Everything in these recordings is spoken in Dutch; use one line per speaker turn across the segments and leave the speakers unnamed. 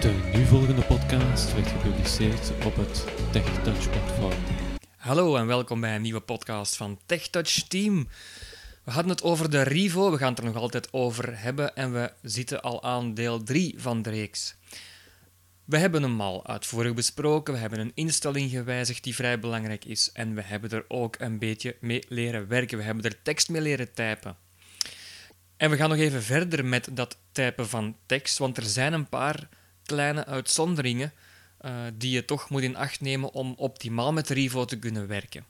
De nu volgende podcast werd gepubliceerd op het TechTouch platform.
Hallo en welkom bij een nieuwe podcast van TechTouch Team. We hadden het over de Rivo, we gaan het er nog altijd over hebben en we zitten al aan deel 3 van de reeks. We hebben hem al uitvoerig besproken, we hebben een instelling gewijzigd die vrij belangrijk is en we hebben er ook een beetje mee leren werken, we hebben er tekst mee leren typen. En we gaan nog even verder met dat typen van tekst, want er zijn een paar kleine uitzonderingen eh, die je toch moet in acht nemen om optimaal met Rivo te kunnen werken.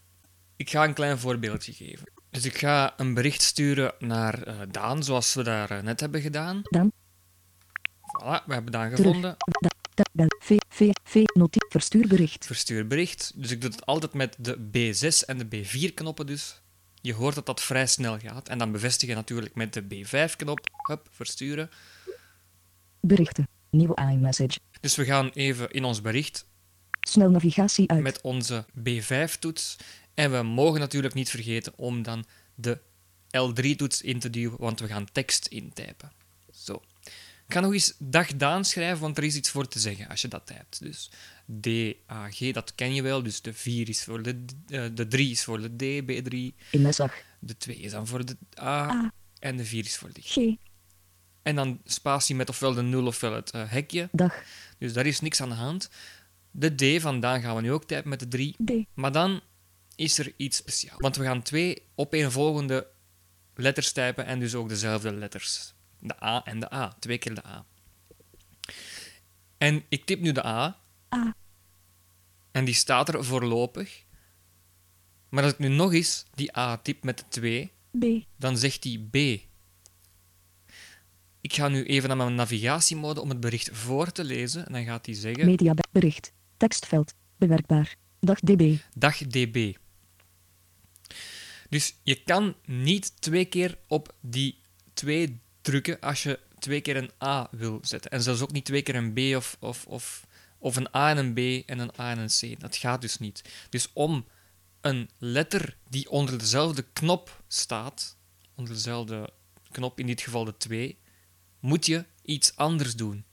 Ik ga een klein voorbeeldje geven. Dus ik ga een bericht sturen naar eh, Daan, zoals we daar eh, net hebben gedaan.
Daan.
Voilà, we hebben Daan
Terug.
gevonden.
Da, da, bel, v, v, v, notie, verstuurbericht.
Verstuur bericht. Dus ik doe het altijd met de B6 en de B4-knoppen dus. Je hoort dat dat vrij snel gaat. En dan bevestig je natuurlijk met de B5-knop. Hup, versturen.
Berichten. Nieuwe iMessage.
Dus we gaan even in ons bericht
Snel navigatie uit.
met onze B5-toets. En we mogen natuurlijk niet vergeten om dan de L3-toets in te duwen, want we gaan tekst intypen. Zo. Ik ga nog eens dag Daan schrijven, want er is iets voor te zeggen als je dat typt. Dus DAG, dat ken je wel. Dus de 4 is voor de, eh, de 3 is voor de D, B3.
In mesag.
De 2 is dan voor de A. En de 4 is voor de G.
Ah. G.
En dan spatie met ofwel de 0 ofwel het eh, hekje.
Dag.
Dus daar is niks aan de hand. De D vandaan gaan we nu ook typen met de 3.
D.
Maar dan is er iets speciaals. Want we gaan twee opeenvolgende letters typen en dus ook dezelfde letters. De A en de A. Twee keer de A. En ik typ nu de A.
A.
En die staat er voorlopig. Maar als ik nu nog eens die A typ met de 2,
B.
dan zegt hij B. Ik ga nu even naar mijn navigatiemode om het bericht voor te lezen. En dan gaat hij zeggen...
Media. be- Bericht. Tekstveld. Bewerkbaar. Dag DB.
Dag DB. Dus je kan niet twee keer op die 2 drukken als je twee keer een A wil zetten. En zelfs ook niet twee keer een B of, of, of, of een A en een B en een A en een C. Dat gaat dus niet. Dus om een letter die onder dezelfde knop staat, onder dezelfde knop, in dit geval de 2, moet je iets anders doen.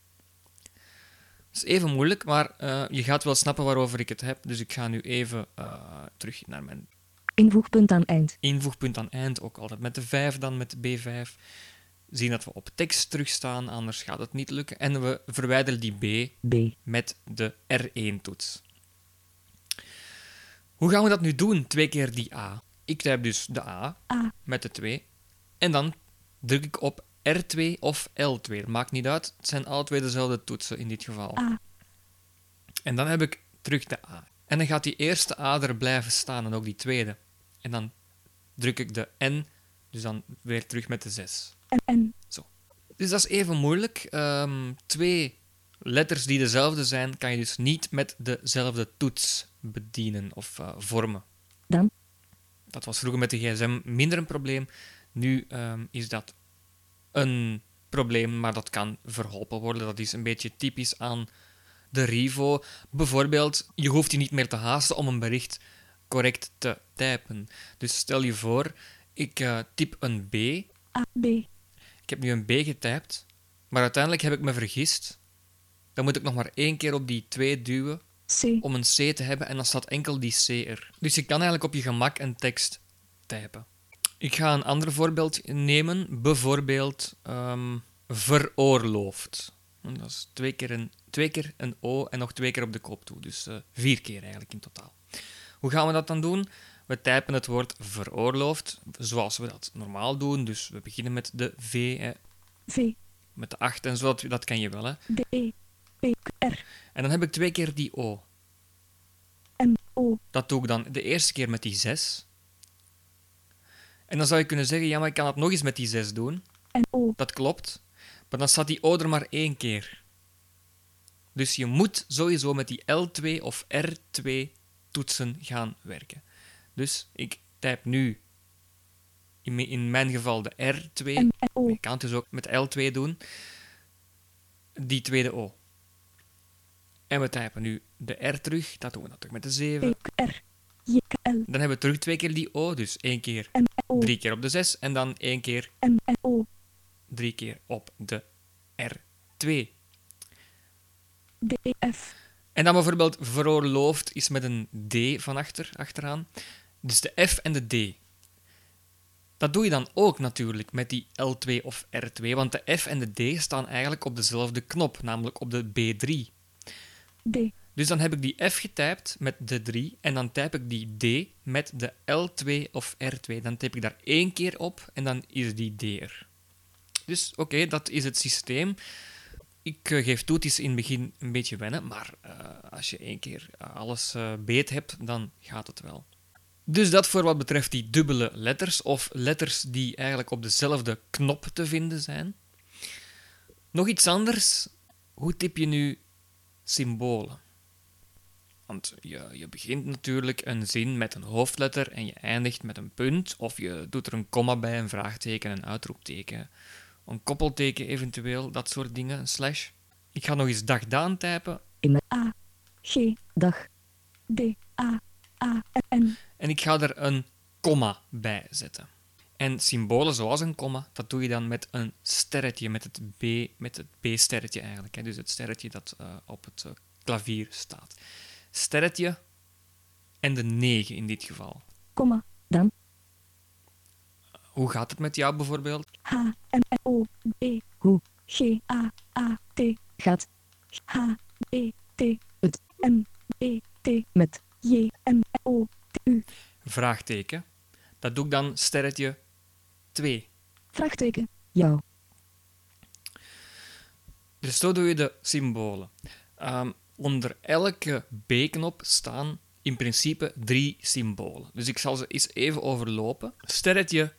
Het is even moeilijk, maar eh, je gaat wel snappen waarover ik het heb. Dus ik ga nu even eh, terug naar mijn
Invoegpunt aan eind.
invoegpunt aan eind. Ook altijd met de 5 dan, met de B5. Zien dat we op tekst terugstaan, anders gaat het niet lukken. En we verwijderen die B
B.
met de R1-toets. Hoe gaan we dat nu doen? Twee keer die A. Ik typ dus de A
A.
met de 2. En dan druk ik op R2 of L2. Dat maakt niet uit. Het zijn alle twee dezelfde toetsen in dit geval.
A.
En dan heb ik terug de A. En dan gaat die eerste A er blijven staan en ook die tweede. En dan druk ik de N, dus dan weer terug met de 6.
N. N.
Dus dat is even moeilijk. Ehm, twee letters die dezelfde zijn, kan je dus niet met dezelfde toets bedienen of eh, vormen.
Dan.
Dat was vroeger met de gsm minder een probleem. Nu ehm, is dat een probleem, maar dat kan verholpen worden. Dat is een beetje typisch aan de Rivo. Bijvoorbeeld, je hoeft je niet meer te haasten om een bericht correct te typen. Dus stel je voor, ik eh, typ een B
A. B.
ik heb nu een B getypt, maar uiteindelijk heb ik me vergist. Dan moet ik nog maar één keer op die 2 duwen
C.
om een C te hebben en dan staat enkel die C er. Dus je kan eigenlijk op je gemak een tekst typen. Ik ga een ander voorbeeld nemen, bijvoorbeeld ehm, veroorloofd. En Dat is twee keer, een, twee keer een O en nog twee keer op de kop toe, dus eh, vier keer eigenlijk in totaal. Hoe gaan we dat dan doen? We typen het woord veroorloofd zoals we dat normaal doen, dus we beginnen met de V, hè,
V.
met de 8 en zo, dat, dat ken je wel. Hè?
D. E. P. Q, R.
En dan heb ik twee keer die O.
M. O.
Dat doe ik dan de eerste keer met die 6. En dan zou je kunnen zeggen, ja, maar ik kan dat nog eens met die 6 doen.
N. O.
Dat klopt. Maar dan staat die O er maar één keer. Dus je moet sowieso met die L2 of R2 toetsen gaan werken. Dus ik typ nu in, mi- in mijn geval de R2.
M. N. O.
Je kan het dus ook met L2 doen. Die tweede O. En we typen nu de R terug. Dat doen we natuurlijk met de
P.
7.
Q, R. J. K, L.
Dan hebben we terug twee keer die O. Dus één keer,
M. N. O.
drie keer op de 6. En dan één keer,
M. N. O.
drie keer op de R2.
DF.
En dan bijvoorbeeld veroorloofd is met een D van achter, achteraan. Dus de F en de D. Dat doe je dan ook natuurlijk met die L2 of R2, want de F en de D staan eigenlijk op dezelfde knop, namelijk op de B3.
D.
Dus dan heb ik die F getypt met de 3 en dan typ ik die D met de L2 of R2. Dan typ ik daar één keer op en dan is die D er. Dus oké, dat is het systeem. Ik eh, geef toe, het is in het begin een beetje wennen, maar eh, als je één keer alles eh, beet hebt, dan gaat het wel. Dus dat voor wat betreft die dubbele letters, of letters die eigenlijk op dezelfde knop te vinden zijn. Nog iets anders, hoe typ je nu symbolen? Want je, je begint natuurlijk een zin met een hoofdletter en je eindigt met een punt, of je doet er een komma bij, een vraagteken, een uitroepteken, een koppelteken eventueel, dat soort dingen, een slash. Ik ga nog eens dag daan typen
M. A. G. Dag. D. A. A. N.
En ik ga er een komma bij zetten. En symbolen zoals een komma, dat doe je dan met een sterretje, met het B, met het B-sterretje eigenlijk. Hè. Dus het sterretje dat eh, op het eh, klavier staat. Sterretje en de 9 in dit geval.
Komma. Dan.
Hoe gaat het met jou bijvoorbeeld?
H. M. O. B. Hoe. G. A. A. T. Gaat. H. B. T. Het. M. B. T. Met. J. M. O. T. U.
Vraagteken. Dat doe ik dan sterretje 2.
Vraagteken. Jou.
Dus zo doe je de symbolen. Ehm, onder elke B-knop staan in principe drie symbolen. Dus ik zal ze eens even overlopen. Sterretje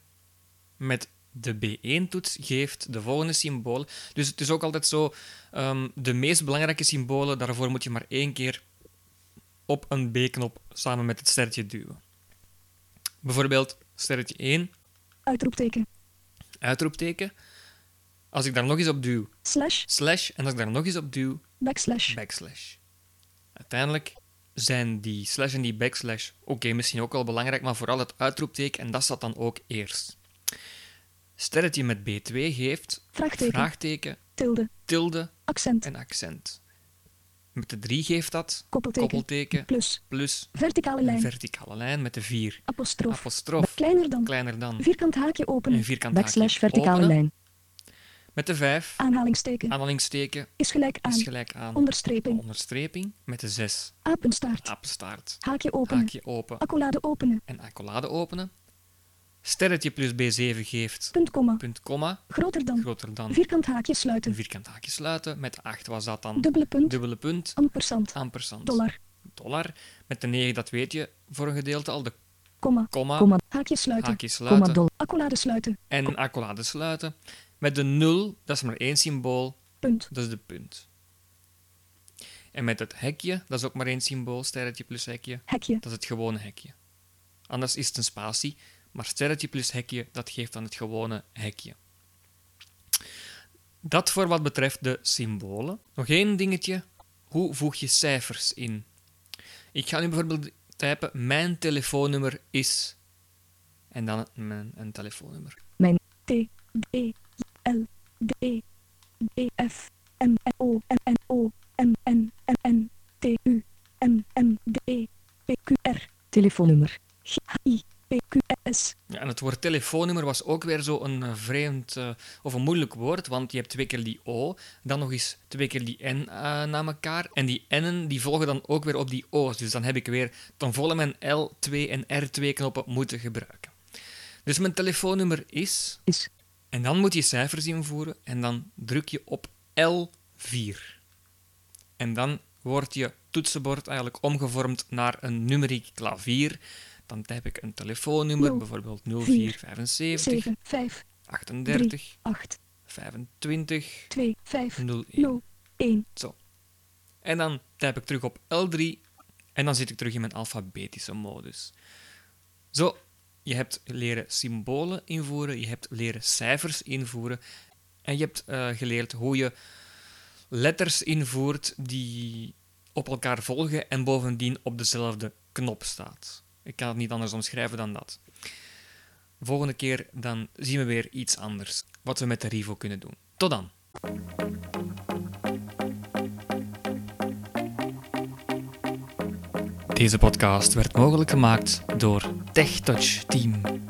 met de B1-toets geeft de volgende symbolen. Dus het is ook altijd zo, ehm, de meest belangrijke symbolen, daarvoor moet je maar één keer op een B-knop samen met het sterretje duwen. Bijvoorbeeld sterretje 1,
Uitroepteken.
uitroepteken. Als ik daar nog eens op duw,
Slash.
slash. En als ik daar nog eens op duw,
Backslash.
backslash. Uiteindelijk zijn die slash en die backslash, oké, misschien ook wel belangrijk, maar vooral het uitroepteken en dat staat dan ook eerst. Sterretje met B2 geeft
Vraagteken.
vraagteken,
Tilde.
tilde
Accent.
en accent. Met de 3 geeft dat
Koppelteken.
koppelteken
Plus.
plus
Verticale
een
lijn.
verticale lijn met de 4
apostrof.
apostrof
Kleiner dan.
kleiner dan
Vierkant haakje openen.
Een vierkant
Backslash
haakje
verticale
openen.
lijn.
met de 5
Aanhalingsteken.
aanhalingsteken
Is gelijk aan.
is gelijk aan
Onderstreping.
onderstreping met de 6
Apenstaart.
apenstaart
Haakje openen.
haakje open
Accolade openen.
en accolade openen. Sterretje plus B7 geeft
Punt, komma.
punt, komma,
Groter dan.
groter dan
Vierkant haakje
een
sluiten.
vierkant haakje sluiten. Met 8 was dat dan
Dubbele punt.
dubbele punt,
Ampersand.
ampersand,
Dollar.
dollar. Met de 9, dat weet je voor een gedeelte al, de
Komma.
komma,
Komma. Haakje sluiten.
haakje
Komma
sluiten
dol. Accolade sluiten.
en accolade sluiten. Met de 0, dat is maar één symbool,
Punt.
dat is de punt. En met het hekje, dat is ook maar één symbool, sterretje plus hekje,
Hekje.
dat is het gewone hekje. Anders is het een spatie, maar sterretje plus hekje, dat geeft dan het gewone hekje. Dat voor wat betreft de symbolen. Nog één dingetje, hoe voeg je cijfers in? Ik ga nu bijvoorbeeld typen, mijn telefoonnummer is... En dan mijn, een telefoonnummer.
Mijn. T. D. L. D. D. F. M. N. O. N. N. O. M. N. N. N. T. U. M. M. D. P. Q. R. Telefoonnummer. G. H. I. P. Q. S.
Ja, en het woord telefoonnummer was ook weer zo'n eh, vreemd eh, of een moeilijk woord, want je hebt twee keer die O, dan nog eens twee keer die N eh, na elkaar. En die N'en die volgen dan ook weer op die O's. Dus dan heb ik weer ten volle mijn L2 en R2 knoppen moeten gebruiken. Dus mijn telefoonnummer is,
Is.
en dan moet je cijfers invoeren en dan druk je op L4. En dan wordt je toetsenbord eigenlijk omgevormd naar een numeriek klavier. Dan typ ik een telefoonnummer,
Nul,
bijvoorbeeld
vier,
0475
7. 5.
38
8.
25
2. 5.
01.
0. 1.
Zo. En dan typ ik terug op L3 en dan zit ik terug in mijn alfabetische modus. Zo, je hebt leren symbolen invoeren, je hebt leren cijfers invoeren en je hebt eh, geleerd hoe je letters invoert die op elkaar volgen en bovendien op dezelfde knop staat. Ik kan het niet anders omschrijven dan dat. Volgende keer dan zien we weer iets anders wat we met de Rivo kunnen doen. Tot dan! Deze podcast werd mogelijk gemaakt door TechTouch Team.